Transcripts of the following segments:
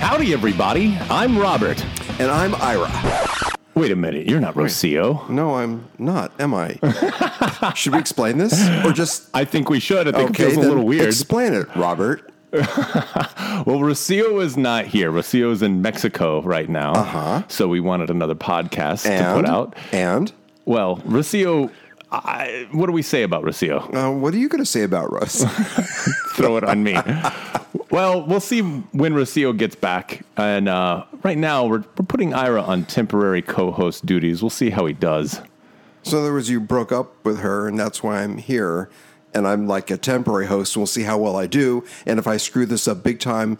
Howdy, everybody. I'm Robert. And I'm Ira. Wait a minute. You're not Rocio. No, I'm not, am I? Should we explain this? Or just. I think we should. I think okay, it feels a then little weird. Explain it, Robert. well, Rocio is not here. Rocio is in Mexico right now. Uh-huh. So we wanted another podcast to And. put out. And. Well, Rocio, I, what do we say about Rocio? Uh, what are you going to say about Russ? throw it on me. well, we'll see when Rocio gets back. And uh, right now, we're, we're putting Ira on temporary co host duties. We'll see how he does. so, in other words, you broke up with her, and that's why I'm here. And I'm like a temporary host, and we'll see how well I do. And if I screw this up big time,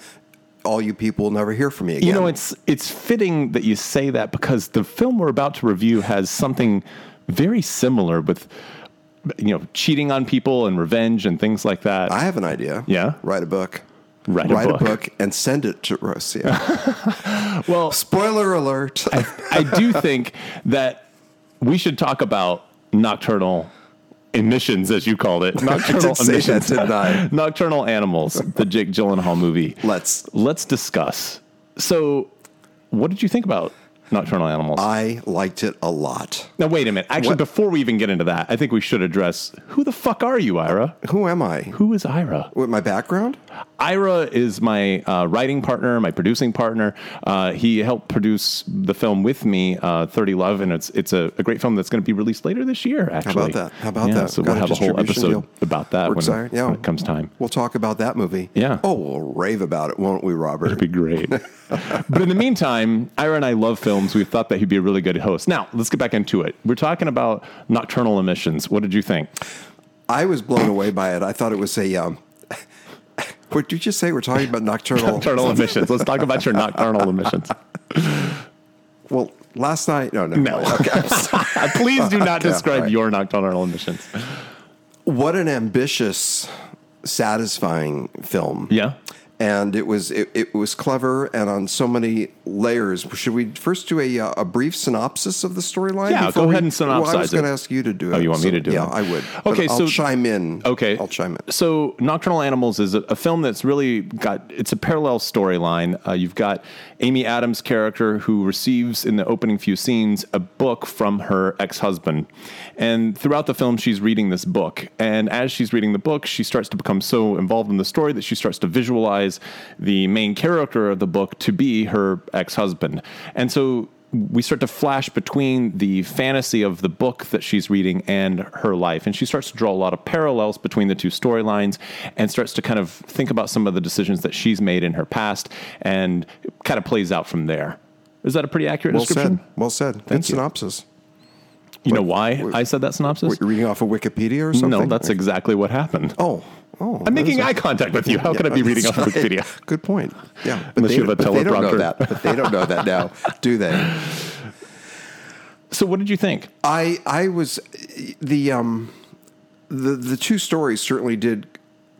all you people will never hear from me again. You know, it's it's fitting that you say that because the film we're about to review has something very similar with you know cheating on people and revenge and things like that. I have an idea. Yeah? Write a book. Write a book. and send it to Russ. Yeah. Ah, well, Spoiler alert. I do think that we should talk about nocturnal emissions, as you called it. Nocturnal did say that, didn't I? nocturnal animals, the Jake Gyllenhaal movie. Let's. Let's discuss. So, what did you think about nocturnal animals? I liked it a lot. now, wait a minute. Actually, What? before we even get into that, I think we should address who the fuck are you, Ira? Who am I? Who is Ira? With my background? Ira is my uh, writing partner, my producing partner. Uh, he helped produce the film with me, uh, Thirty Love, and it's it's a, a great film that's going to be released later this year. Actually, that? How about Yeah, that? So Got we'll a have a whole episode distribution deal. about that We're when, excited. Yeah. when it comes time. We'll talk about that movie. Yeah. Oh, we'll rave about it, won't we, Robert? It'd be great. but in the meantime, Ira and I love films. We thought that he'd be a really good host. Now let's get back into it. We're talking about nocturnal emissions. What did you think? I was blown away by it. I thought it was a. Um, what did you just say? We're talking about nocturnal. Nocturnal emissions. Let's talk about your nocturnal emissions. well, last night. No, no. No. Okay, I'm sorry. Please do not Okay, describe all right. your nocturnal emissions. what an ambitious, satisfying film. Yeah. and it was it, it was clever and on so many layers. Should we first do a uh, a brief synopsis of the storyline? Yeah, before go we- ahead and Well, I was synopsize it. going to ask you to do it. Oh, you want me so- to do Yeah, it? I would. Okay, but I'll so- chime in. Okay. I'll chime in. So, Nocturnal Animals is a, a film that's really got it's a parallel storyline. Uh, you've got Amy Adams' character who receives in the opening few scenes a book from her ex-husband, and throughout the film she's reading this book. And as she's reading the book, she starts to become so involved in the story that she starts to visualize the main character of the book to be her ex-husband. And so we start to flash between the fantasy of the book that she's reading and her life. And she starts to draw a lot of parallels between the two storylines and starts to kind of think about some of the decisions that she's made in her past and it kind of plays out from there. Is that a pretty accurate Well description? said. Well said. Good you. synopsis. You know why I said that synopsis? What, you're reading off of Wikipedia or something? no, that's exactly what happened. oh. Oh, I'm making eye contact with you. How could I be reading off of Wikipedia? Good point. Yeah, Unless they- you have a They don't know teleprompter. that. But they don't know that now, do they? So, what did you think? I I was the um the the two stories certainly did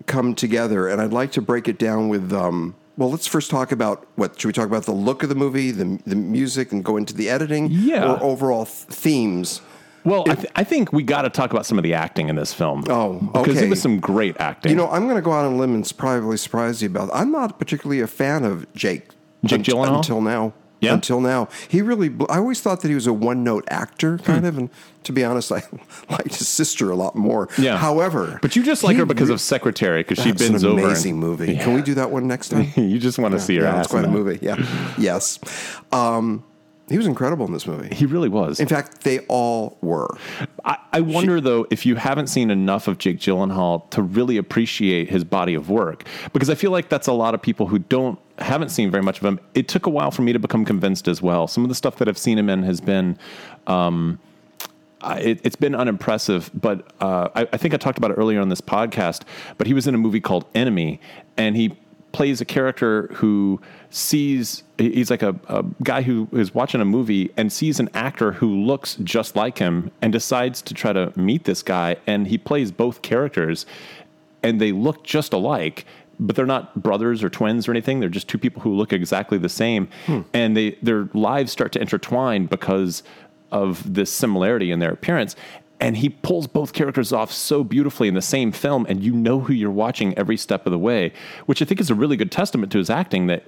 come together, and I'd like to break it down with um. Well, let's first talk about what should we talk about the look of the movie, the the music, and go into the editing, Yeah. or overall th- themes. Well, I, th- I think we got to talk about some of the acting in this film. Oh, Because okay. it was some great acting. You know, I'm going to go out on a limb and s- probably surprise you about. I'm not particularly a fan of Jake. Jake un- Gyllenhaal? until now. Yeah? Until now, he really. bl- I always thought that he was a one-note actor, Hmm. kind of. And to be honest, I liked his sister a lot more. Yeah. However, But you just like he her because re- of Secretary because she That's bends an over. and- Amazing movie. Can we do that one next time? you just want to see her yeah, ass. it's quite a in that. movie. Yeah. yes. Um, he was incredible in this movie. He really was. In fact, they all were. I, I wonder though if you haven't seen enough of Jake Gyllenhaal to really appreciate his body of work because I feel like that's a lot of people who don't haven't seen very much of him. It took a while for me to become convinced as well. Some of the stuff that I've seen him in has been. Um, I- it, it's been unimpressive, but uh, I, I think I talked about it earlier on this podcast. But he was in a movie called Enemy, and he plays a character who sees he- he's like a, a guy who is watching a movie and sees an actor who looks just like him and decides to try to meet this guy and he plays both characters and they look just alike but they're not brothers or twins or anything they're just two people who look exactly the same and they their lives start to intertwine because of this similarity in their appearance and he pulls both characters off so beautifully in the same film and you know who you're watching every step of the way which i think is a really good testament to his acting that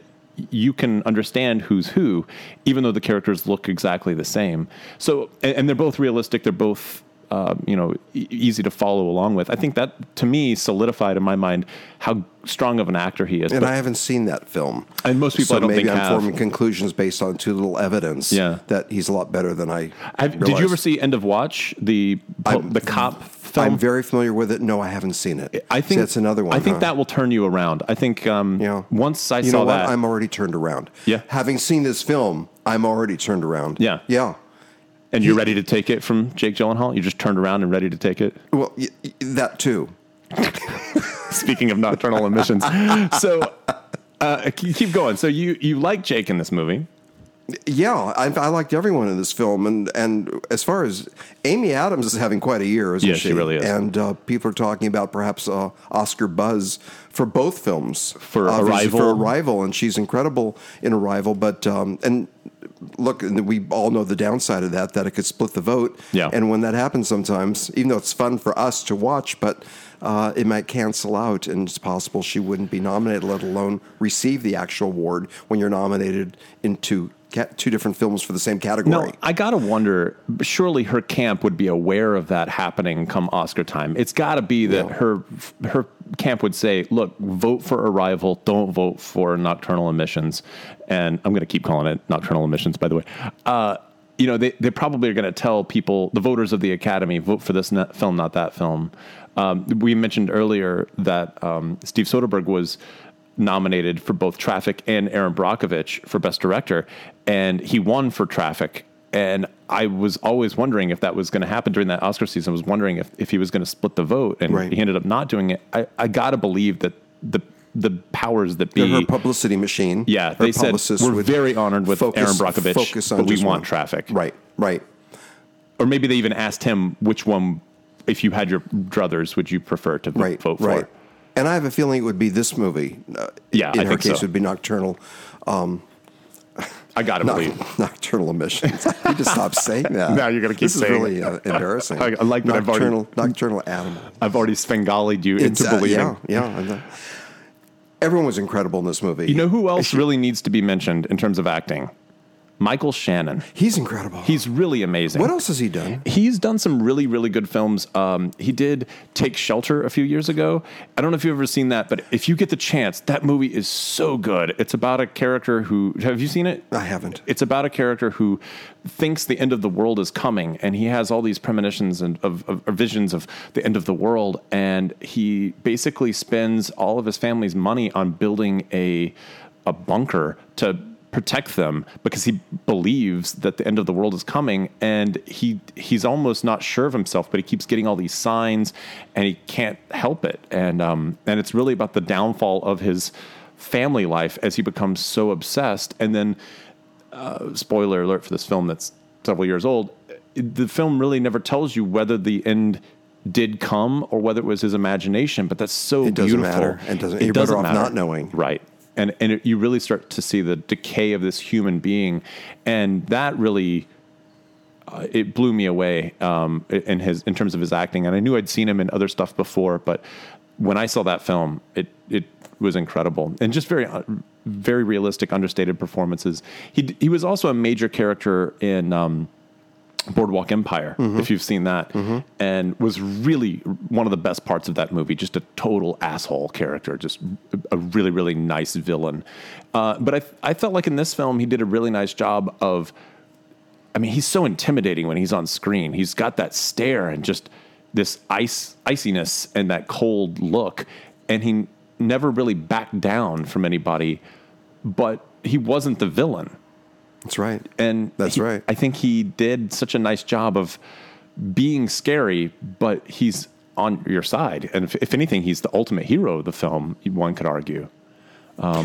you can understand who's who, even though the characters look exactly the same. So, and, and they're both realistic. They're both. Uh, you know, e- easy to follow along with. I think that to me solidified in my mind how strong of an actor he is. And But- I haven't seen that film. And most people so I don't maybe think I'm have. forming conclusions based on too little evidence Yeah. that he's a lot better than I. Have, did you ever realized. see End of Watch? The the cop film. I'm very familiar with it. No, I haven't seen it. I See, think that's another one. I think huh? that will turn you around. I think um, Yeah. once I you saw know what? that, I'm already turned around. Yeah. Having seen this film, I'm already turned around. Yeah. Yeah. and you're ready to take it from Jake Gyllenhaal, you just turned around and ready to take it. Well, y- y- that too. Speaking of nocturnal emissions, so uh, k- keep going. So you you like Jake in this movie? Yeah, I, I liked everyone in this film, and and as far as Amy Adams is having quite a year, isn't Yeah, she? she really is. And uh, people are talking about perhaps uh, Oscar buzz for both films For Obviously Arrival. for Arrival, and she's incredible in Arrival. But um, and look, and we all know the downside of that that it could split the vote. Yeah. and when that happens, sometimes even though it's fun for us to watch, but. Uh, it might cancel out, and it's possible she wouldn't be nominated, let alone receive the actual award when you're nominated in two, ca- two different films for the same category. No, I gotta wonder. Surely her camp would be aware of that happening come Oscar time. It's gotta be that her her camp would say, "Look, vote for Arrival. Don't vote for Nocturnal Emissions." And I'm gonna keep calling it Nocturnal Emissions, by the way. Uh, you know, they they probably are gonna tell people, the voters of the Academy, vote for this not film, not that film. Um, we mentioned earlier that um, Steve Soderbergh was nominated for both Traffic and Aaron Brockovich for Best Director, and he won for Traffic. And I was always wondering if that was going to happen during that Oscar season. I was wondering if, if he was going to split the vote, and Right. he ended up not doing it. I, I got to believe that the the powers that be, her publicity machine. yeah, her they said publicist we're would very honored with focus- Aaron Brockovich, focus on but we just want one. Traffic, Right, right. or maybe they even asked him which one, if you had your druthers, would you prefer to right, vote for? right. And I have a feeling it would be this movie. Uh, Yeah, in I her think case, so. it would be Nocturnal. I got to noc- believe. nocturnal emissions. you just stop saying that. Now you're gonna keep this saying is really uh, embarrassing. I- I like that I've already- nocturnal nocturnal animal. I've already Svengali'd you into It's, uh, believing. yeah, yeah. I'm not- Everyone was incredible in this movie. You know who else really needs to be mentioned in terms of acting? Michael Shannon. he's incredible. He's really amazing. what else has he done? He's done some really, really good films. Um, he did Take Shelter a few years ago. I don't know if you've ever seen that, but if you get the chance, that movie is so good. It's about a character who. Have you seen it? I haven't. It's about a character who thinks the end of the world is coming, and he has all these premonitions and of, of or visions of the end of the world, and he basically spends all of his family's money on building a a bunker to protect them because he believes that the end of the world is coming and he he's almost not sure of himself but he keeps getting all these signs and he can't help it and um and it's really about the downfall of his family life as he becomes so obsessed and then spoiler alert for this film that's several years old. The film really never tells you whether the end did come or whether it was his imagination, but that's so It doesn't beautiful. matter. It doesn't- you're better off not knowing. Right. And and it, you really start to see the decay of this human being and that really uh, it blew me away um, in his in terms of his acting, and I knew I'd seen him in other stuff before, but when I saw that film, it it was incredible and just very uh, very realistic, understated performances. He d- he was also a major character in. Um, Boardwalk Empire, if you've seen that, and was really one of the best parts of that movie. Just a total asshole character, just a really, really nice villain. Uh, but I, I felt like in this film, he did a really nice job of. I mean, he's so intimidating when he's on screen. He's got that stare and just this ice iciness and that cold look, and he never really backed down from anybody. But he wasn't the villain That's right. and That's he- right. I think he did such a nice job of being scary, but he's on your side, and if, if anything, he's the ultimate hero of the film. One could argue.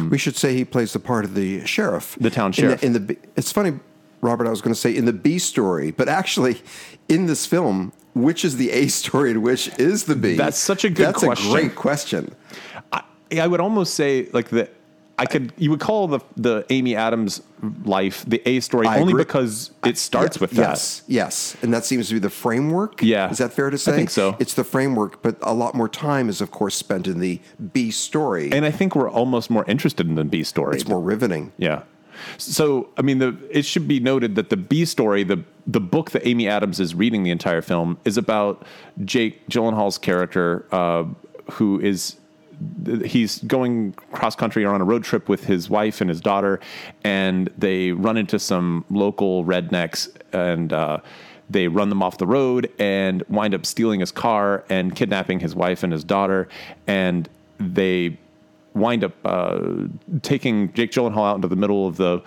We should say he plays the part of the sheriff, The town In sheriff. In the, B it's funny, Robert. I was going to say in the B story, but actually, in this film, which is the A story and which is the B? That's such a good That's question. a great question. I, I would almost say like the I could you would call the the Amy Adams life the A story I only agree. because it starts Yeah, with that. Yes, yes, and that seems to be the framework. Yeah. is that fair to say? think so. It's the framework, but a lot more time is, of course, spent in the B story. And I think we're almost more interested in the B story. it's more riveting. Yeah. So, I mean, the, it should be noted that the B story, the the book that Amy Adams is reading the entire film, is about Jake Gyllenhaal's character, uh, who is he's going cross country or on a road trip with his wife and his daughter, and they run into some local rednecks and. Uh, they run them off the road and wind up stealing his car and kidnapping his wife and his daughter. And they wind up uh, taking Jake Gyllenhaal out into the middle of the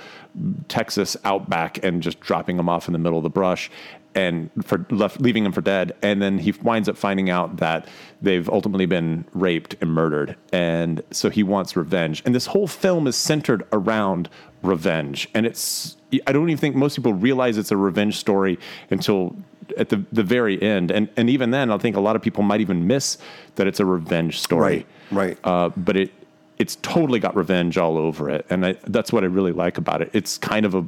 Texas outback and just dropping him off in the middle of the brush and for left, leaving him for dead. And then he winds up finding out that they've ultimately been raped and murdered. And so he wants revenge. And this whole film is centered around revenge. And it's, I don't even think most people realize it's a revenge story until at the, the very end. And, and even then, I think a lot of people might even miss that it's a revenge story Right, right. uh, but it it's totally got revenge all over it, and I, that's what I really like about it. It's kind of a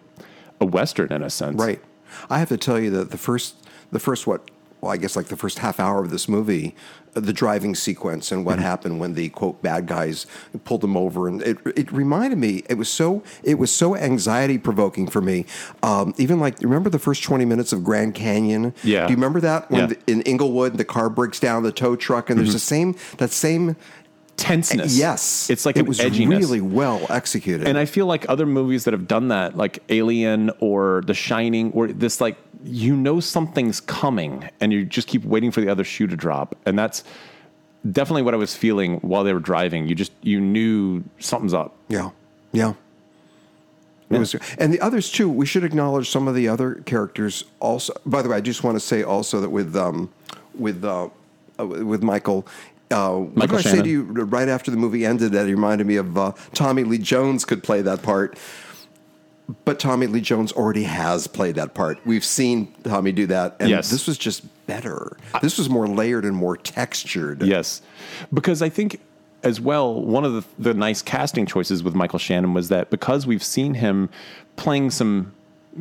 a western in a sense, Right. I have to tell you that the first, the first what, well, I guess like the first half hour of this movie, uh, the driving sequence and Mm-hmm. what happened when the quote bad guys pulled them over, and it it reminded me. It was so it was so anxiety provoking for me. Um, even like remember the first twenty minutes of Grand Canyon. Yeah. Do you remember that when Yeah. the, in Inglewood the car breaks down the tow truck and there's the same that same Tenseness, yes It's like it an was edginess. really well executed and I feel like other movies that have done that, like Alien or The Shining, or this like you know something's coming, and you just keep waiting for the other shoe to drop, and that's definitely what I was feeling while they were driving. You just you knew something's up. Yeah, yeah. It was, and the others too. We should acknowledge some of the other characters also. By the way, I just want to say also that with um, with uh, uh, with Michael. Uh, what Michael did I say Shannon. to you right after the movie ended that it reminded me of uh, Tommy Lee Jones could play that part? But Tommy Lee Jones already has played that part. We've seen Tommy do that, and Yes. this was just better. This was more layered and more textured. Yes, because I think as well one of the, the nice casting choices with Michael Shannon was that because we've seen him playing some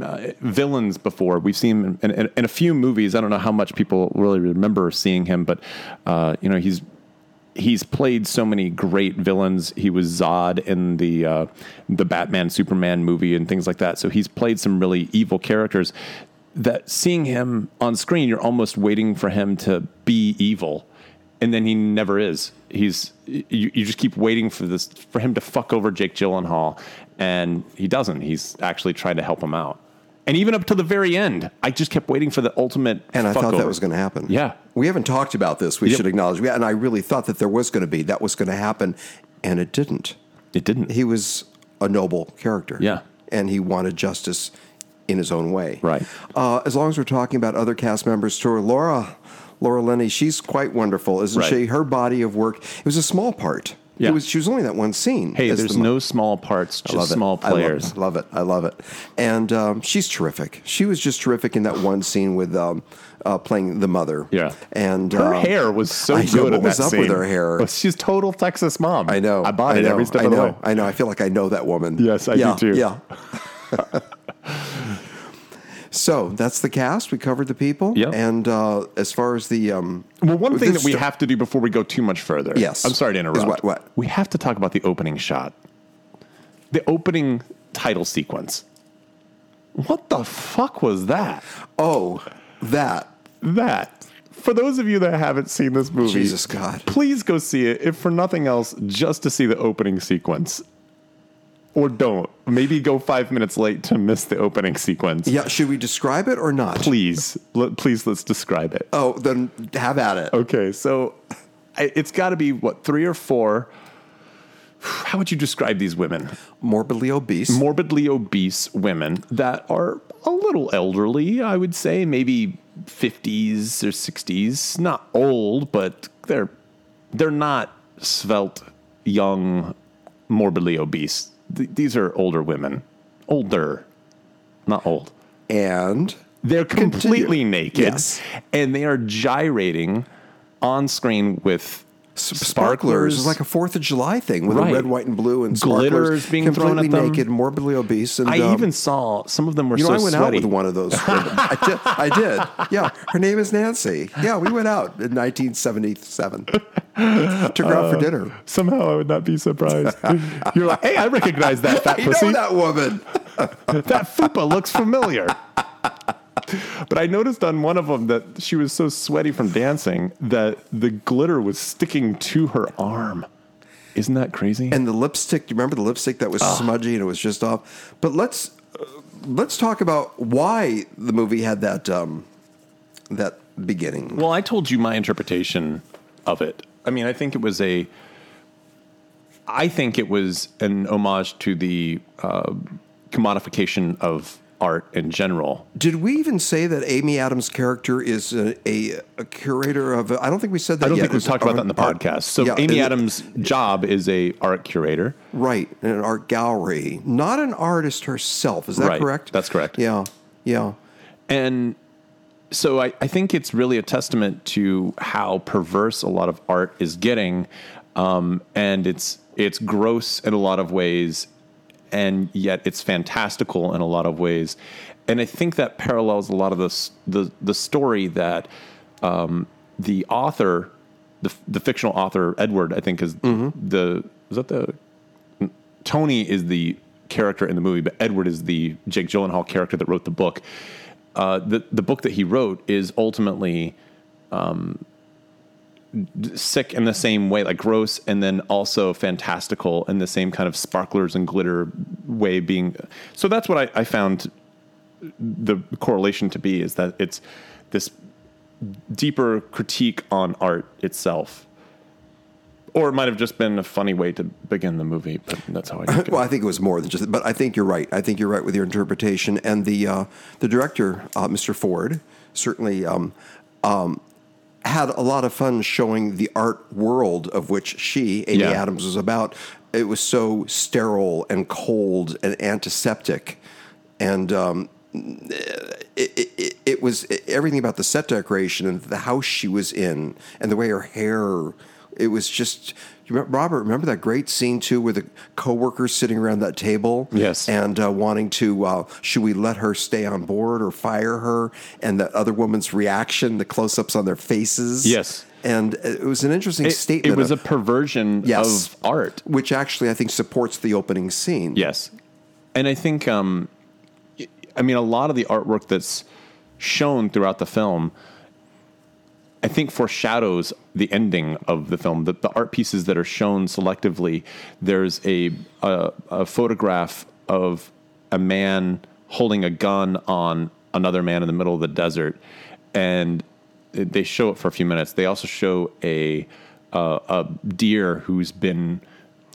uh, villains before, we've seen him in, in, in a few movies. I don't know how much people really remember seeing him, but uh, you know he's he's played so many great villains. He was Zod in the uh, the Batman Superman movie and things like that. So he's played some really evil characters. That seeing him on screen, you're almost waiting for him to be evil, and then he never is. He's you, you just keep waiting for this for him to fuck over Jake Gyllenhaal, and he doesn't. He's actually trying to help him out. And even up to the very end, I just kept waiting for the ultimate. And I fuck thought that over. was going to happen. Yeah. We haven't talked about this. We should acknowledge. Yeah, and I really thought that there was going to be, that was going to happen. And it didn't. It didn't. He was a noble character. Yeah. And he wanted justice in his own way. Right. Uh, as long as we're talking about other cast members too, Laura, Laura Lenny, she's quite wonderful, isn't Right. she? Her body of work, it was a small part. Yeah. It was, she was only in that one scene. hey, as there's the mo- no small parts, just love it. small I love- players. I love, it. I love it. And um, she's terrific. She was just terrific in that one scene with um, uh, playing the mother. Yeah. And Her um, hair was so I know, good. what in was that up with scene. her hair? Oh, she's total Texas mom. I know. I bought I it know, every step I of the know, way. I know. I feel like I know that woman. Yes, I do yeah, too. Yeah. so that's the cast. We covered the people. Yep. And uh, as far as the um, Well, one thing this that we sto- have to do before we go too much further. Yes. I'm sorry to Is interrupt. what- what? We have to talk about the opening shot, the opening title sequence. What the fuck was that? oh that That. For those of you that haven't seen this movie, Jesus God. please go see it, if for nothing else, just to see the opening sequence. Or don't. Maybe go five minutes late to miss the opening sequence. Yeah. Should we describe it or not? please let, please let's describe it Oh, then have at it. okay so I- it's got to be what three or four how would you describe these women Morbidly obese. morbidly obese women that are a little elderly i would say maybe 50s or 60s not old but they're they're not svelte young morbidly obese Th- these are older women older not old and They're completely naked Yes. and they are gyrating on screen with S- sparklers is like a Fourth of July thing with Right. a red, white, and blue and Glitter sparklers is being thrown completely at them. naked, morbidly obese. And I um, even saw some of them were you know so I went out sweaty. with one of those. women. I, did, I did. Yeah, her name is Nancy. Yeah, we went out in 1977. Took her Uh, out for dinner. Somehow I would not be surprised. You're like, hey, I recognize that fat I pussy. know that woman. that fupa looks familiar. But I noticed on one of them that she was so sweaty from dancing that the glitter was sticking to her arm. Isn't that crazy? and the lipstick. Do you remember the lipstick that was Ah. smudgy and it was just off? But let's uh, let's talk about why the movie had that um, that beginning. well, I told you my interpretation of it. I mean, I think it was a. I think it was an homage to the uh, commodification of art in general. Did we even say that Amy Adams' character is a, a, a curator of? I don't think we said that. I don't yet. think we've It's talked about that in the art- podcast. So yeah, Amy and- Adams' job is a art curator. right? In an art gallery, not an artist herself. Is that Right, correct? that's correct. Yeah, yeah. And so I, I think it's really a testament to how perverse a lot of art is getting. Um, and it's it's gross in a lot of ways, and yet it's fantastical in a lot of ways. And I think that parallels a lot of the s- the, the story that um, the author, the, f- the fictional author Edward, I think is the is that the Tony is the character in the movie, but Edward is the Jake Gyllenhaal character that wrote the book. Uh, the the book that he wrote is ultimately um, d- sick in the same way, like gross, and then also fantastical in the same kind of sparklers and glitter way. Being so, that's what I, I found the correlation to be is that it's this deeper critique on art itself. Or it might have just been a funny way to begin the movie, but that's how I took it. Well, I think it was more than just. But I think you're right. I think you're right with your interpretation and the uh, the director, uh, Mr. Ford, certainly um, um, had a lot of fun showing the art world of which she, Amy Yeah. Adams, was about. It was so sterile and cold and antiseptic, and um, it, it- it, it was e, everything about the set decoration and the house she was in and the way her hair. It was just you remember, Robert. Remember that great scene too, where the coworkers sitting around that table, Yes. and uh, wanting to uh, should we let her stay on board or fire her, and that other woman's reaction, the close-ups on their faces, Yes. and uh, it was an interesting it, statement. It was a of- perversion Yes. of art. which actually I think supports the opening scene. Yes. And I think, um, y- I mean, a lot of the artwork that's shown throughout the film, I think, foreshadows the ending of the film. The, the art pieces that are shown selectively, there's a, a, a photograph of a man holding a gun on another man in the middle of the desert. And they show it for a few minutes. They also show a, uh, a deer who's been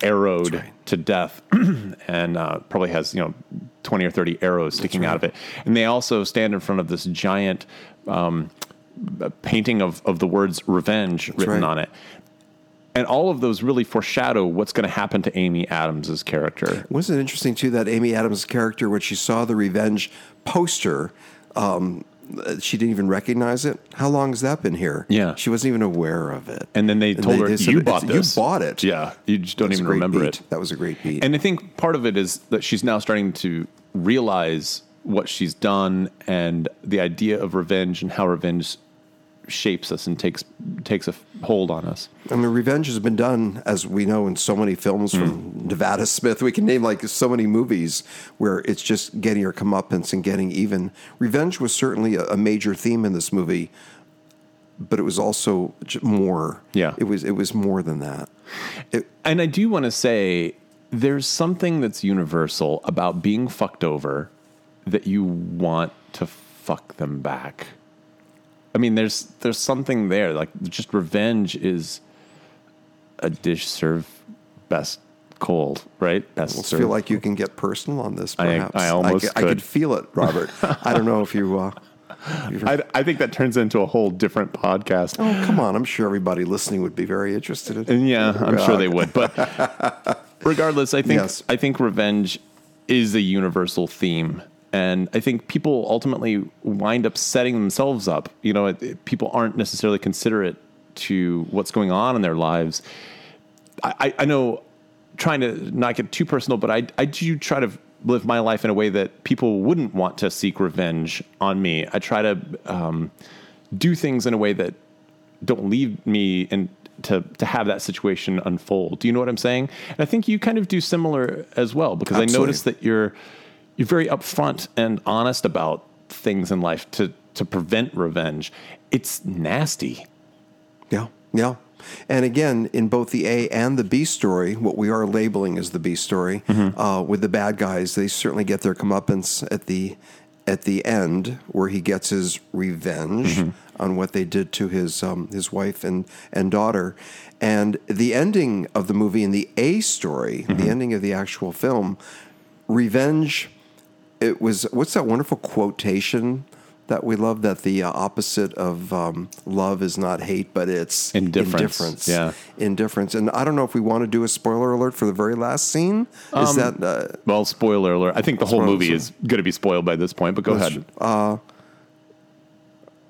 arrowed to death and uh, probably has you know 20 or 30 arrows sticking out of it and they also stand in front of this giant um, b- painting of, of the words revenge written right. on it and all of those really foreshadow what's going to happen to amy adams's character Wasn't it interesting too that Amy Adams' character, when she saw the revenge poster, um, uh, she didn't even recognize it. How long has that been here? Yeah. she wasn't even aware of it. and then they told they- her they said, you bought "It's- you this bought it." yeah you just don't That's a even great remember beat. it That was a great beat. And I think part of it is that she's now starting to realize what she's done and the idea of revenge and how revenge shapes us and takes takes a hold on us. I mean, revenge has been done, as we know, in so many films Mm. from Nevada Smith. We can name like so many movies where it's just getting your comeuppance and getting even. Revenge was certainly a, a major theme in this movie, but it was also j- more. Yeah. it was. It was more than that. It, And I do want to say there's something that's universal about being fucked over that you want to fuck them back. I mean, there's there's something there like just revenge is a dish served best cold, right? Best I feel like you can get personal on this. I- Perhaps I almost I, could could. feel it, Robert. I don't know if you. Uh, I, I think that turns into a whole different podcast. oh, come on! I'm sure everybody listening would be very interested in. And yeah, I'm sure they would. But regardless, I think Yes. I think revenge is a universal theme, and I think people ultimately wind up setting themselves up. You know, it, it- people aren't necessarily considerate to what's going on in their lives. I, I, I know trying to not get too personal, but I, I do try to live my life in a way that people wouldn't want to seek revenge on me. I try to um, do things in a way that don't leave me and to to have that situation unfold. Do you know what I'm saying? And I think you kind of do similar as well because I Absolutely. noticed that you're you're very upfront and honest about things in life to to prevent revenge. It's nasty. Yeah, yeah. And again, in both the A and the B story, what we are labeling as the B story, uh, with the bad guys, they certainly get their comeuppance at the at the end, where he gets his revenge on what they did to his um, his wife and and daughter. And the ending of the movie in the A story, the ending of the actual film, revenge it was what's that wonderful quotation that we love that the uh, opposite of um, love is not hate but it's Indifference. indifference Yeah. indifference and i don't know if we want to do a spoiler alert for the very last scene Um, is that uh, Well, spoiler alert. I think the whole Spoilers, movie yeah. is going to be spoiled by this point, but go ahead.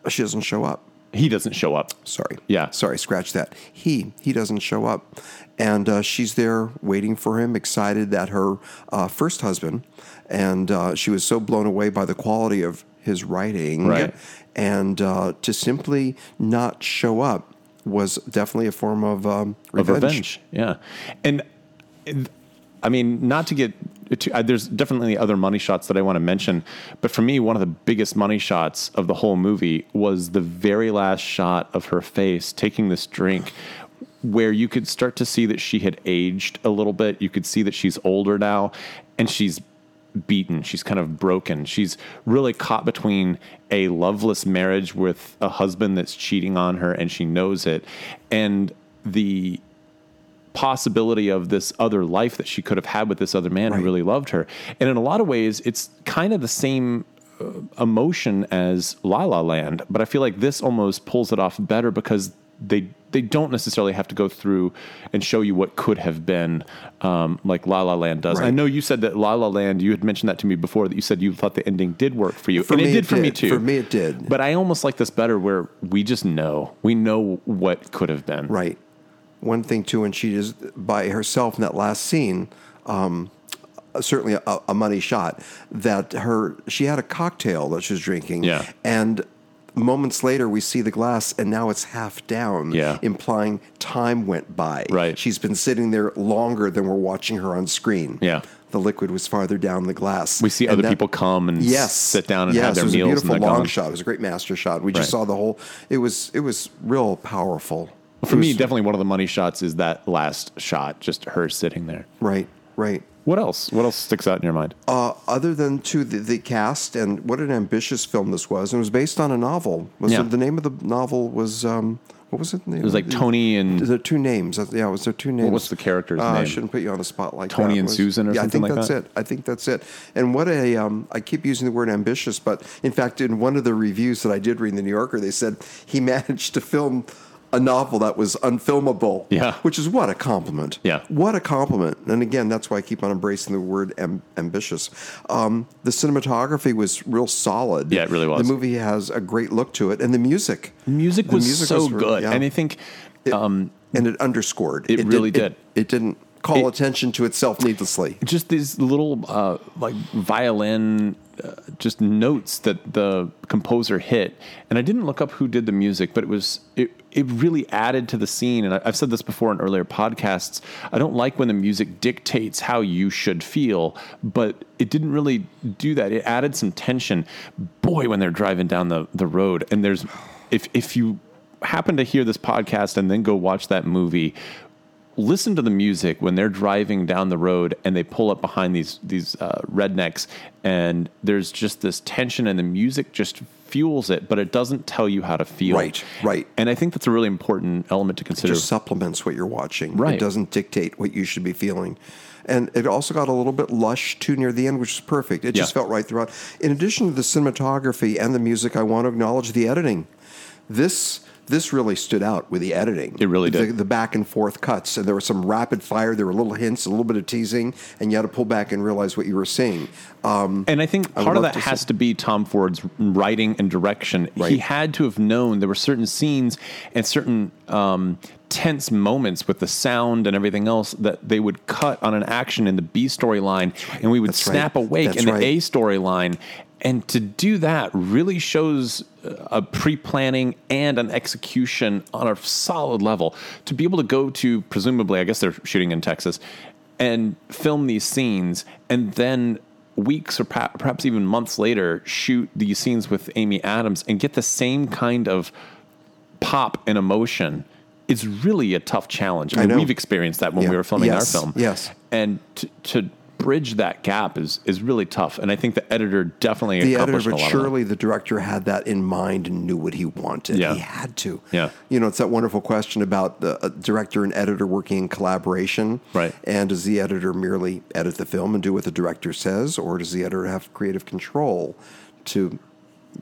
she doesn't show up He doesn't show up. sorry Yeah. sorry scratch that he he doesn't show up and uh, she's there waiting for him excited that her uh, first husband and uh, she was so blown away by the quality of his writing Right. and uh, to simply not show up was definitely a form of, um, of revenge. Yeah, and and, I mean, not to get too, uh, there's definitely other money shots that I want to mention, but for me, one of the biggest money shots of the whole movie was the very last shot of her face taking this drink. Where you could start to see that she had aged a little bit. You could see that she's older now and she's beaten. She's kind of broken. She's really caught between a loveless marriage with a husband that's cheating on her and she knows it. And the possibility of this other life that she could have had with this other man who really loved her. And in a lot of ways, it's kind of the same uh, emotion as La La Land, but I feel like this almost pulls it off better because they they don't necessarily have to go through and show you what could have been um, like La La Land does. I know you said that La La Land, you had mentioned that to me before that you said you thought the ending did work for you. For and me, it it did for me did. too. For me, it did. But I almost like this better where we just know. We know what could have been. Right. One thing too, and she is by herself in that last scene. Um, certainly a, a money shot that her she had a cocktail that she was drinking. Yeah. And moments later, we see the glass, and now it's half down. Yeah. Implying time went by. Right. She's been sitting there longer than we're watching her on screen. Yeah. The liquid was farther down the glass. We see And other that- people come and yes, sit down and yes, have their it was meals. A beautiful and they're long gone. shot. It was a great master shot. We Right. just saw the whole. It was it was real powerful. For me, definitely one of the money shots is that last shot, just her sitting there. Right. Right. What else? What else sticks out in your mind? uh, other than to the, the cast and what an ambitious film this was. And it was based on a novel. Was Yeah. it, the name of the novel was um, what was it? It was like Tony and- there are two names. Uh, Yeah, it was there two names? was the character's Uh, I name? shouldn't put you on the spot like Tony that. and Was- Susan or yeah, something I think like that's that? it. I think that's it. And what a um, I keep using the word ambitious, but in fact, in one of the reviews that I did read in the New Yorker, they said he managed to film. A novel that was unfilmable, Yeah. which is what a compliment. Yeah. What a compliment. And again, that's why I keep on embracing the word am- ambitious. Um, the cinematography was real solid. Yeah, it really was. The movie has a great look to it, and the music. Music The was music so was really- good, yeah. and I think And it underscored. It really did. It, it didn't call It- attention to itself needlessly. just these little uh, like violin uh, just notes that the composer hit and i didn't look up who did the music but it was it, it really added to the scene and I, i've said this before in earlier podcasts i don't like when the music dictates how you should feel but it didn't really do that it added some tension boy when they're driving down the, the road and there's if if you happen to hear this podcast and then go watch that movie listen to the music when they're driving down the road and they pull up behind these these uh, rednecks and there's just this tension and the music just fuels it but it doesn't tell you how to feel Right, right. and i think that's a really important element to consider just supplements what you're watching. Right. It doesn't dictate what you should be feeling. And it also got a little bit lush too near the end, which is perfect. It just Yeah. felt right throughout. In addition to the cinematography and the music, I want to acknowledge the editing. This this really stood out with the editing. It really The- did. the back and forth cuts, and there was some rapid fire. There were little hints, a little bit of teasing, and you had to pull back and realize what you were seeing. Um, And I think part of that love to has to be Tom Ford's writing and direction. He had to have known there were certain scenes and certain um, tense moments with the sound and everything else that they would cut on an action in the B storyline, and we would That's right. snap awake That's in the right. A storyline. And to do that really shows a pre planning and an execution on a solid level. To be able to go to, presumably, I guess they're shooting in Texas, and film these scenes, and then weeks or pa- perhaps even months later, shoot these scenes with Amy Adams and get the same kind of pop and emotion. It's really a tough challenge. I mean, know. we've experienced that when Yeah. we were filming Yes. our film Yes. and to, to bridge that gap is is really tough. And I think the editor definitely the accomplished editor, but a lot. of surely the director had that in mind and knew what he wanted. Yeah. He had to. Yeah. You know, it's that wonderful question about the uh, director and editor working in collaboration. Right. And does the editor merely edit the film and do what the director says, or does the editor have creative control to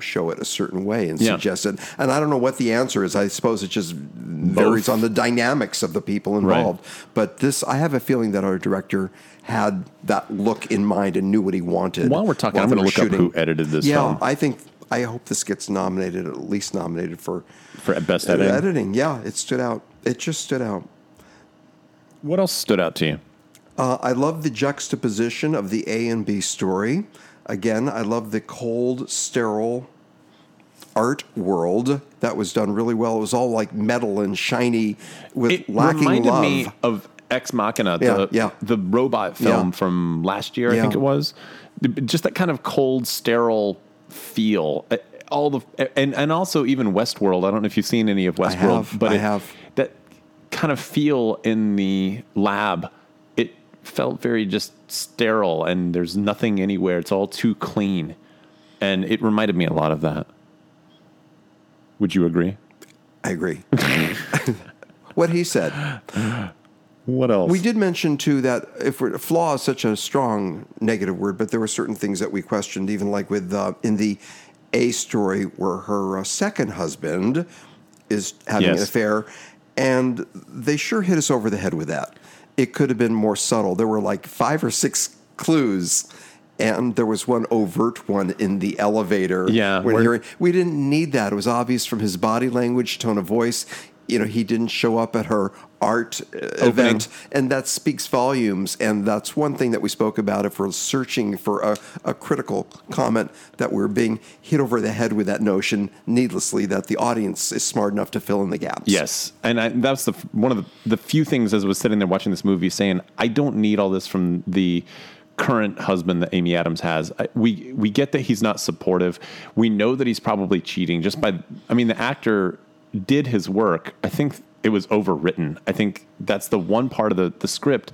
show it a certain way and Yeah. suggest it? And I don't know what the answer is. I suppose it just varies on the dynamics of the people involved. But this, I have a feeling that our director had that look in mind and knew what he wanted. that. While we're talking, I'm while going to look they were up who shooting. edited this Yeah, film I think I hope this gets nominated, at least nominated for for best editing. editing. Yeah, it stood out. It just stood out. What else stood out to you? Uh, I love the juxtaposition of the A and B story. Again, I love the cold, sterile art world that was done really well. It was all like metal and shiny, with It lacking reminded love. me of Ex Machina, the, Yeah, yeah. the robot film Yeah. from last year, I Yeah. think it was. Just that kind of cold, sterile feel. Uh, All the and and also even Westworld. I don't know if you've seen any of Westworld, have, but I it- have. that kind of feel in the lab. It felt very just sterile, and there's nothing anywhere. It's all too clean, and it reminded me a lot of that. Would you agree? I agree. what he said. What else? We did mention too that if we're, flaw is such a strong negative word, but there were certain things that we questioned, even like with uh, in the A story where her uh, second husband is having Yes. an affair, and they sure hit us over the head with that. It could have been more subtle. There were like five or six clues. And there was one overt one in the elevator. Yeah, when where- hearing- we didn't need that. It was obvious from his body language, tone of voice. You know, he didn't show up at her art uh, Opening. event, and that speaks volumes. And that's one thing that we spoke about. If we're searching for a, a critical comment, that we're being hit over the head with that notion needlessly that the audience is smart enough to fill in the gaps. Yes, and I, that was the f- one of the, the few things as I was sitting there watching this movie, saying I don't need all this from the current husband that Amy Adams has. I, we we get that he's not supportive. We know that he's probably cheating just by. I mean, the actor did his work. I think it was overwritten. I think that's the one part of the the script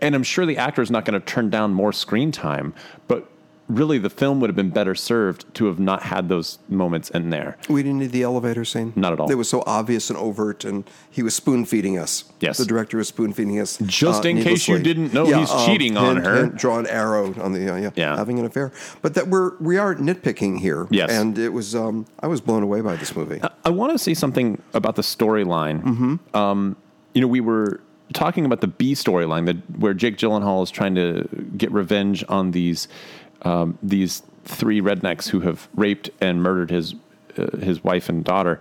and I'm sure the actor is not going to turn down more screen time, but really the film would have been better served to have not had those moments in there. We didn't need the elevator scene. Not at all. It was so obvious and overt, and he was spoon feeding us. Yes. The director was spoon feeding us. uh, Just in case you needlessly. um, didn't know he's cheating on hint, her. hint, draw an arrow on the, uh, yeah, Yeah. having an affair. But that we're, we are nitpicking here. Yes. Uh, And it was, um, I was blown away by this movie. I want to say something about the storyline. Um, you know, we were talking about the B storyline, the- where Jake Gyllenhaal is trying to get revenge on these um, these three rednecks who have raped and murdered his uh, his wife and daughter.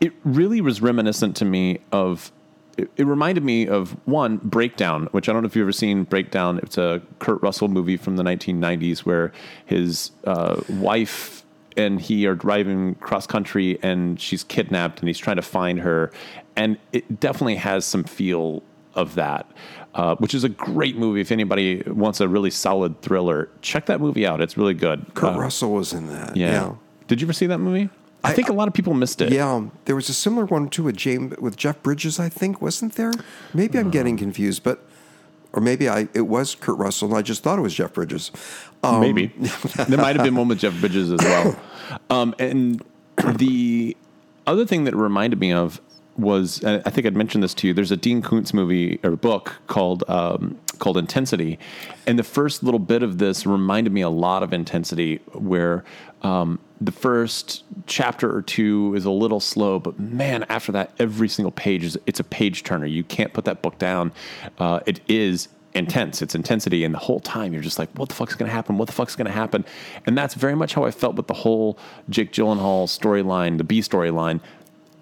It really was reminiscent to me of. It, it reminded me of one breakdown, which I don't know if you've ever seen. Breakdown. It's a Kurt Russell movie from the 1990s where his uh, wife and he are driving cross country and she's kidnapped and he's trying to find her and it definitely has some feel of that uh, which is a great movie if anybody wants a really solid thriller check that movie out it's really good Kurt Uh, Russell was in that. yeah. did you ever see that movie I, think a lot of people missed it Yeah, um, there was a similar one too with James with Jeff Bridges, I think, wasn't there? Maybe I'm Uh. getting confused, but or maybe I it was Kurt Russell and I just thought it was Jeff Bridges. Um, maybe there might have been one with Jeff Bridges as well. Um, and the other thing that it reminded me of was I think I'd mentioned this to you. There's a Dean Koontz movie or book called um, called Intensity, and the first little bit of this reminded me a lot of Intensity, where um, the first chapter or two is a little slow, but man, after that, every single page is it's a page turner. You can't put that book down. Uh, it is intense. It's intensity, and the whole time you're just like, "What the fuck's going to happen? What the fuck's going to happen?" And that's very much how I felt with the whole Jake Gyllenhaal storyline, the B storyline.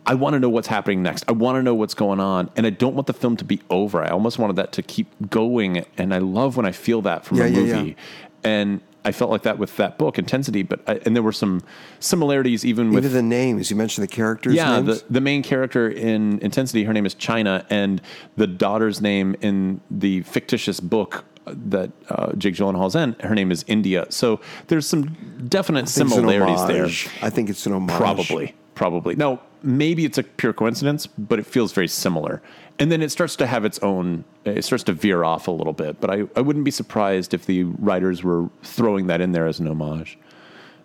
I want to know what's happening next. I want to know what's going on, and I don't want the film to be over. I almost wanted that to keep going, and I love when I feel that from Yeah, a yeah, movie. yeah. And I felt like that with that book, Intensity, but I, and there were some similarities even with Even the names you mentioned, the characters. yeah, names. the, the main character in Intensity, her name is China, and the daughter's name in the fictitious book that uh, Jake Gyllenhaal's in, her name is India. So there's some definite It's an similarities there. homage. I think it's an homage. Probably, probably. Now, maybe it's a pure coincidence, but it feels very similar. And then it starts to have its own. It starts to veer off a little bit. But I, I wouldn't be surprised if the writers were throwing that in there as an homage.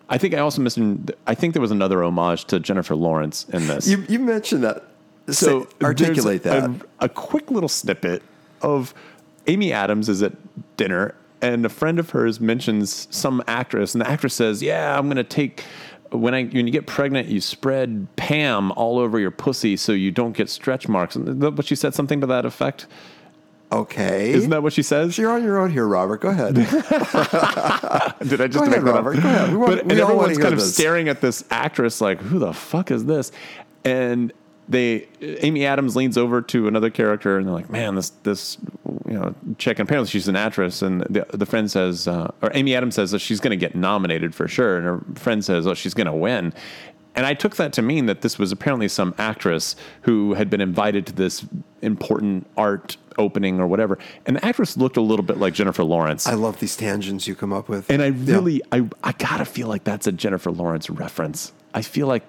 I think I also missed. I think there was another homage to Jennifer Lawrence in this. You, you mentioned that. so Say- articulate there's that. A, a quick little snippet of Amy Adams is at dinner, and a friend of hers mentions some actress, and the actress says, "Yeah, I'm going to take." When I when you get pregnant, you spread Pam all over your pussy so you don't get stretch marks. Isn't that what she said? Something to that effect. okay. Isn't that what she says? You're on your own here, Robert. Go ahead. Did I just Go make ahead, that up? Robert. Go ahead. We want- but we and all wanna everyone's hear kind of this. staring at this actress like, who the fuck is this? And they Amy Adams leans over to another character and they're like, man, this this you know chick. And apparently she's an actress. And the the friend says, uh, or Amy Adams says that she's going to get nominated for sure. And her friend says, oh, she's going to win. And I took that to mean that this was apparently some actress who had been invited to this important art opening or whatever. And the actress looked a little bit like Jennifer Lawrence. I love these tangents you come up with. And I Yeah. really, I, I gotta feel like that's a Jennifer Lawrence reference. I feel like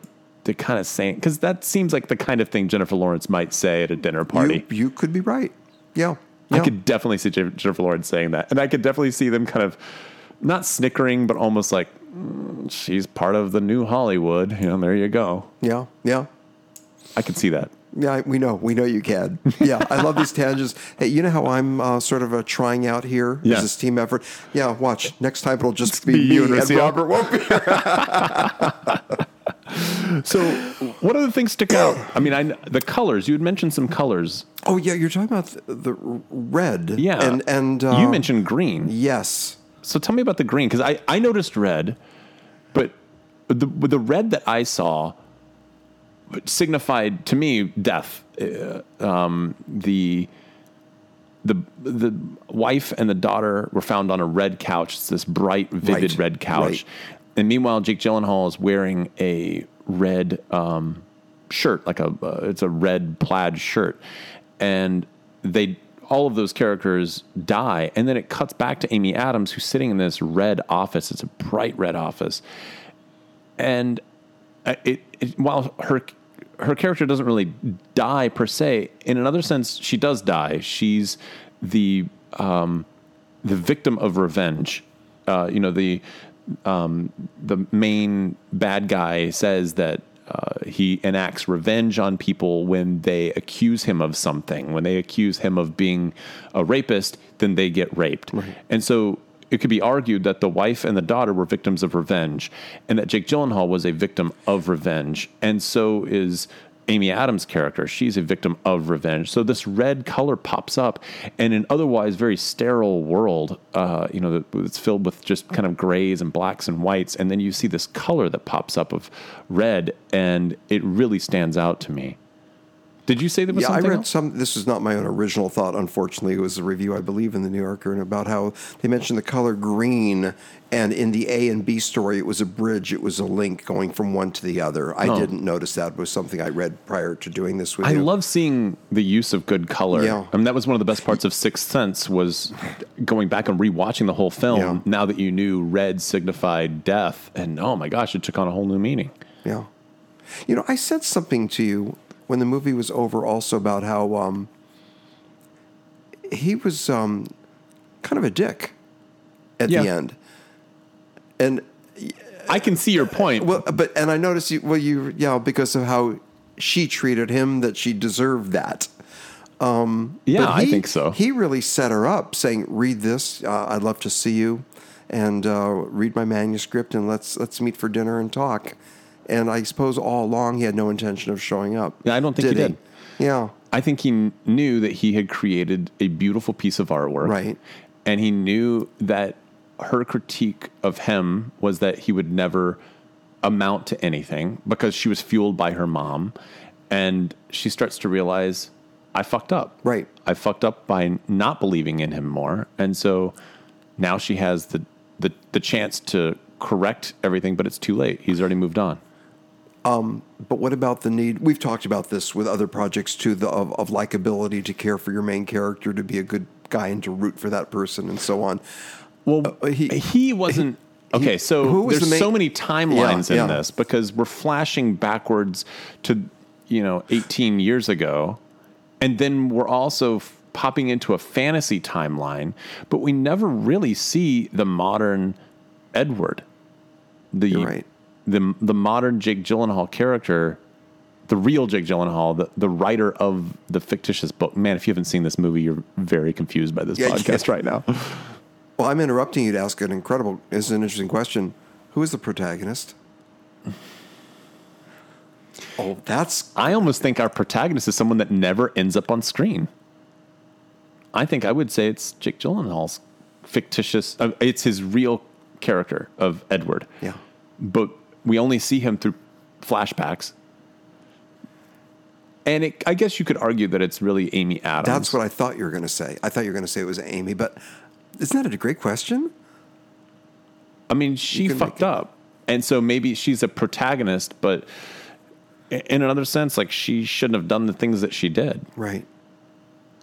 they're kind of saying because that seems like the kind of thing Jennifer Lawrence might say at a dinner party. you, you could be right. Yeah. I Yeah. could definitely see Jen- Jennifer Lawrence saying that, and I could definitely see them kind of not snickering, but almost like "Mm, she's part of the new Hollywood. You know, there you go. Yeah. Yeah. I could see that. Yeah, we know. We know you can. Yeah, I love these tangents. Hey, you know how I'm uh, sort of uh, trying out here? Is Yeah. this team effort? Yeah, watch. Next time it'll just be, be you and me and, Rocio. Robert won't be. So, what other things stick out? I mean, I kn- the colors you had mentioned some colors. Oh, yeah, you're talking about the, the red. Yeah, And, and uh, you mentioned green. Yes. So tell me about the green because I, I noticed red, but the with the red that I saw signified to me death. Uh, um, the the the wife and the daughter were found on a red couch. It's this bright, vivid Right, red couch. And meanwhile, Jake Gyllenhaal is wearing a red um, shirt, like a uh, it's a red plaid shirt, and they all of those characters die. And then it cuts back to Amy Adams, who's sitting in this red office. It's a bright red office, and uh, it, it while her her character doesn't really die per se in another sense she does die she's the um the victim of revenge uh you know the um the main bad guy says that uh, he enacts revenge on people when they accuse him of something. When they accuse him of being a rapist, then they get raped. And so it could be argued that the wife and the daughter were victims of revenge, and that Jake Gyllenhaal was a victim of revenge, and so is Amy Adams' character. She's a victim of revenge. So this red color pops up, and an otherwise very sterile world, uh, you know, that- that's filled with just kind of grays and blacks and whites, and then you see this color that pops up of red, and it really stands out to me. Did you say there was Yeah, I something? read else? some. This is not my own original thought. Unfortunately, it was a review, I believe, in the New Yorker, and about how they mentioned the color green, and in the A and B story, it was a bridge. It was a link going from one to the other. I didn't notice that. It was something I read prior to doing this with Oh. I you. love seeing the use of good color. Yeah. I mean, that was one of the best parts of Sixth Sense was going back and rewatching the whole film. Yeah. Now that you knew red signified death, and oh my gosh, it took on a whole new meaning. Yeah. You know, I said something to you when the movie was over also about how um, he was um, kind of a dick at Yeah. the end. And I can see your point. well, but and I noticed you well you yeah because of how she treated him that she deserved that. Yeah, But I he- think so. He really set her up, saying, "Read this. Uh, I'd love to see you, and uh, read my manuscript, and let's let's meet for dinner and talk." And I suppose all along he had no intention of showing up. Yeah, I don't think he Yeah, I think he kn- knew that he had created a beautiful piece of artwork. Right. And he knew that her critique of him was that he would never amount to anything because she was fueled by her mom. And she starts to realize, I fucked up. Right. I fucked up by not believing in him more. And so now she has the, the, the chance to correct everything, but it's too late. He's already moved on. but what about the need? We've talked about this with other projects too, the of, of likability to care for your main character, to be a good guy, and to root for that person, and so on. Well, Uh, he he- he wasn't okay. so who was there's the main- so many timelines Yeah, in yeah. this because we're flashing backwards to you know 18 years ago, and then we're also f- popping into a fantasy timeline, but we never really see the modern Edward, the You're right. the the modern Jake Gyllenhaal character. The real Jake Gyllenhaal, the, the writer of the fictitious book. Man, if you haven't seen this movie, you're very confused by this Yeah, you podcast can't- right now. Well, I'm interrupting you to ask an incredible, is an interesting question. Who is the protagonist? Oh, that's I almost think our protagonist is someone that never ends up on screen. I think I would say it's Jake Gyllenhaal's fictitious. Uh, it's his real character of Edward. yeah. But we only see him through flashbacks. And it, I guess you could argue that it's really Amy Adams. That's what I thought you were going to say. I thought you were going to say it was Amy, but isn't that a great question? I mean, she You can make fucked up. And so maybe she's a protagonist, but i- in another sense, like she shouldn't have done the things that she did. Right.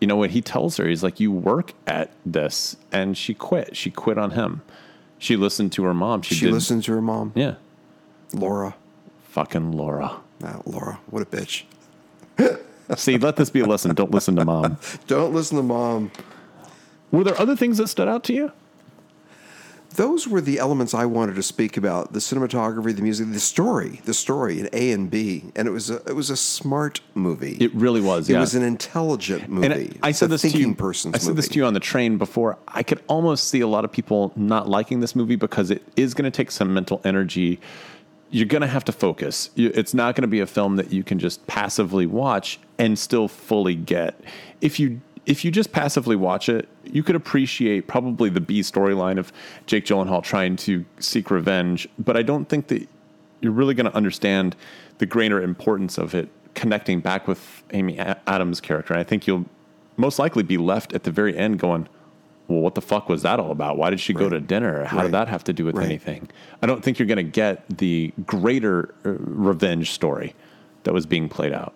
you know what he tells her he's like you work at this and she quit she quit on him she listened to her mom she, She did listened to her mom, yeah Laura. fucking laura Ah, Laura, what a bitch. see let this be a lesson don't listen to mom Don't listen to mom. were there other things that stood out to you Those were the elements I wanted to speak about: the cinematography, the music, the story, the story in A and B. And it was a, it was a smart movie. it really was It yeah was an intelligent movie. and I- I It's said a this to thinking you. Person's I said movie. this to you on the train before. I could almost see a lot of people not liking this movie because it is going to take some mental energy. You're going to have to focus. You- It's not going to be a film that you can just passively watch and still fully get. If you if you just passively watch it, you could appreciate probably the B storyline of Jake Gyllenhaal trying to seek revenge, but I don't think that you're really going to understand the greater importance of it connecting back with Amy A- Adams' character. And I think you'll most likely be left at the very end going, well, what the fuck was that all about? Why did she go to dinner? How did Right. that have to do with Right. anything? I don't think you're going to get the greater uh, revenge story that was being played out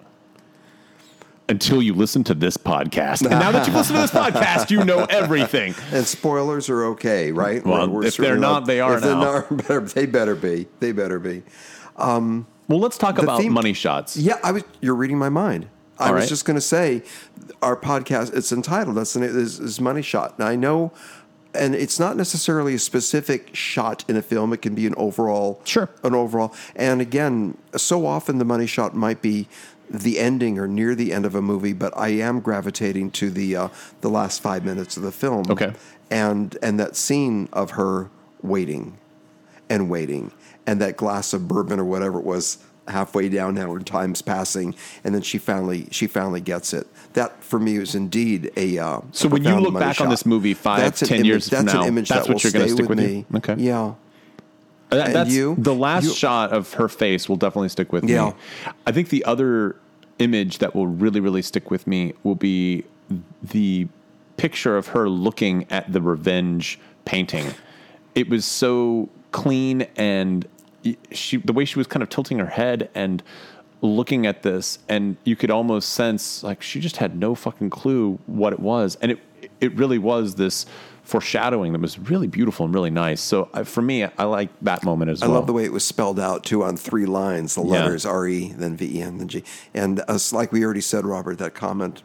until you listen to this podcast. and now that you've listened to this podcast, you know everything. And spoilers are okay, right? Well, if they're certainly not, they are if they're now. not, better- they better be. They better be. Well, let's talk about theme- money shots. Yeah, I was. You're reading my mind. I All was right. just going to say, our podcast. It's entitled. That's the name- is, is money shot. And I know, and it's not necessarily a specific shot in a film. It can be an overall. Sure. An overall. And again, so often the money shot might be the ending or near the end of a movie, but I am gravitating to the uh, the last five minutes of the film. Okay. And and that scene of her waiting and waiting, and that glass of bourbon or whatever it was halfway down now, and time's passing, and then she finally she finally gets it. That for me was indeed a. Uh, So when you look back on this movie five, five, ten 10 years from that's now, an image that's that what will you're gonna stay stick with you? me. Okay. That- Yeah. And that's you- the last you- shot of her face will definitely stick with Yeah. me. I think the other image that will really, really stick with me will be the picture of her looking at the revenge painting. It was so clean and she the way she was kind of tilting her head and looking at this and you could almost sense like she just had no fucking clue what it was and it it really was this foreshadowing that was really beautiful and really nice so I, for me i like that moment as I well love the way it was spelled out too on three lines, the letters R E, then V E N, then G. And us, like we already said, Robert, that comment.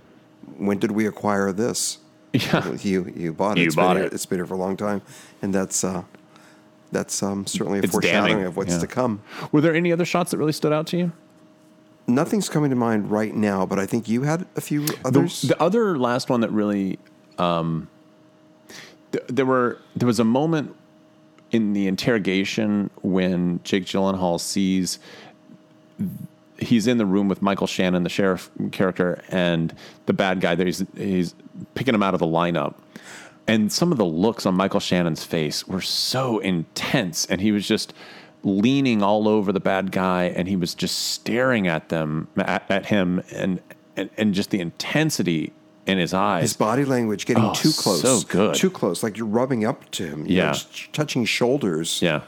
When did we acquire this? yeah You you bought it. You It's been bought here- it. It's been here for a long time, and that's uh, that's um, certainly a It's foreshadowing damning, of what's yeah. to come. were there any other shots that really stood out to you nothing's coming to mind right now, but I think you had a few others. The other last one that really, um, th- there were there was a moment in the interrogation when Jake Gyllenhaal sees he's in the room with Michael Shannon, the sheriff character, and the bad guy. That he's he's picking him out of the lineup. And some of the looks on Michael Shannon's face were so intense, and he was just leaning all over the bad guy, and he was just staring at them, at, at him, and, and and just the intensity in his eyes. His body language getting Oh, too close. so good. Too close. Like you're rubbing up to him. you know, Yeah. just touching shoulders. Yeah.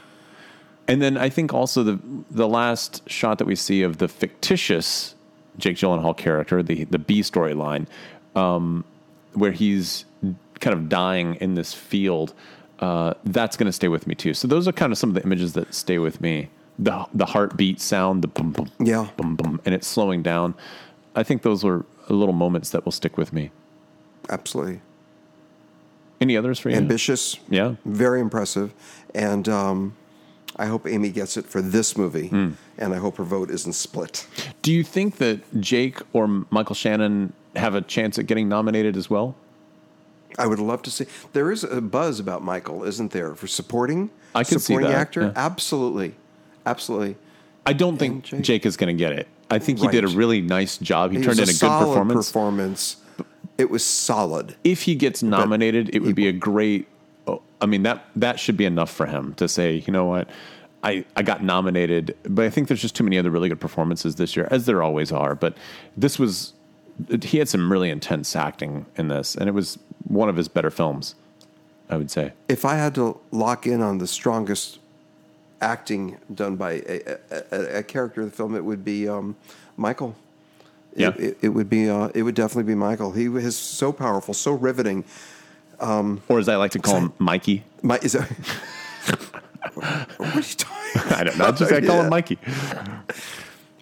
And then I think also the the last shot that we see of the fictitious Jake Gyllenhaal character, the the B storyline, um, where he's kind of dying in this field, uh, that's going to stay with me too. So those are kind of some of the images that stay with me. The the heartbeat sound, the boom boom, Yeah. boom boom, and it's slowing down. I think those were little moments that will stick with me. Absolutely. Any others for you? Ambitious. Yeah. Very impressive. And um, I hope Amy gets it for this movie. Hmm. And I hope her vote isn't split. Do you think that Jake or Michael Shannon have a chance at getting nominated as well? I would love to see. There is a buzz about Michael, isn't there, for supporting I could see supporting that, actor? yeah. Absolutely, absolutely. I don't think Jake. Jake, is going to get it. I think he did a Right. really nice job. He It turned in was a good solid performance. performance. It was solid. if he gets nominated, it would be a great. oh, I mean that that should be enough for him to say, you know what, I I got nominated. But I think there's just too many other really good performances this year, as there always are. But this was he had some really intense acting in this, and it was one of his better films. I would say. If I had to lock in on the strongest acting done by a, a, a, a character of the film, it would be um, Michael. It- Yeah. It, it would be. Uh, it would definitely be Michael. He is so powerful, so riveting. Or as I like to call him, Mikey. My, is that, what are you talking? I don't know. I just I call him Mikey.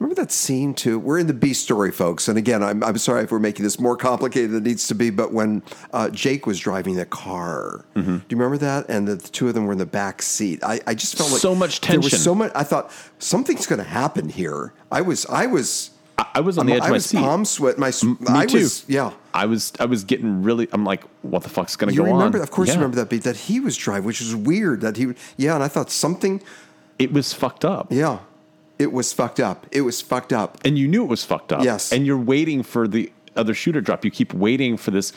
Remember that scene too? We're in the B story, folks. And again, I'm, I'm sorry if we're making this more complicated than it needs to be, but when uh, Jake was driving the car, Mm-hmm. do you remember that? And the, the two of them were in the back seat. I, I just felt like So much There tension. was so much. I thought something's going to happen here. I was, I was, I, I was on the edge I of my was seat. palm sweat. My, me I too. was, yeah. I was I was getting really. I'm like, what the fuck's gonna You go remember, on? of course, Yeah. you remember that beat that he was driving, which was weird. That he, yeah. And I thought something, It was fucked up, yeah. It was fucked up. It was fucked up. and you knew it was fucked up. Yes. and you're waiting for the other shooter drop. You keep waiting for this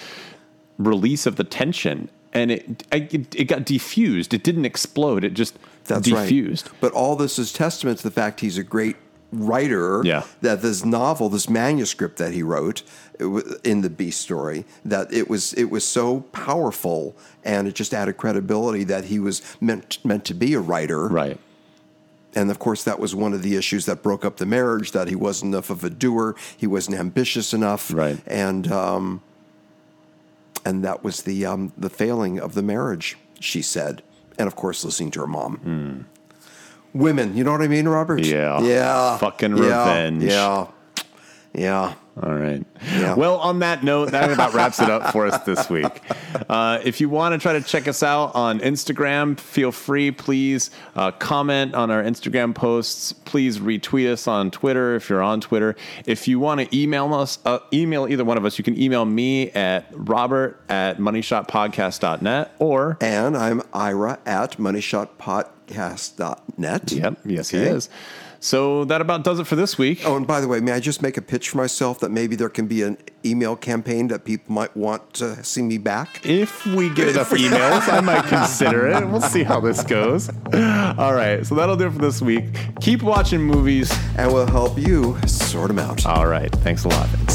release of the tension, and it I, it, it got defused. It didn't explode. It just That's defused. right. But all this is testament to the fact he's a great writer. Yeah. That this novel, this manuscript that he wrote it wa- in the Beast story, that it was it was so powerful and it just added credibility that he was meant meant to be a writer. Right. And of course, that was one of the issues that broke up the marriage. That he wasn't enough of a doer. He wasn't ambitious enough. Right. And um, and that was the um, the failing of the marriage. She said, and of course, listening to her mom. Women, you know what I mean, Robert? Hmm. Yeah. Yeah. Fucking Yeah. revenge. Yeah. Yeah. All right. Yeah. Well, on that note, that about wraps it up for us this week. Uh, if you want to try to check us out on Instagram, feel free. Please uh, comment on our Instagram posts. Please retweet us on Twitter if you're on Twitter. If you want to email us, uh, email either one of us. You can email me at robert at moneyshotpodcast.net or And I'm Ira at moneyshotpodcast.net. yep, yes, he Okay. is. So that about does it for this week. Oh, and by the way, may I just make a pitch for myself that maybe there can be an email campaign that people might want to see me back? If we get enough emails, I might consider it. We'll see how this goes. All right, so that'll do it for this week. Keep watching movies. and will help you sort them out. All right, thanks a lot.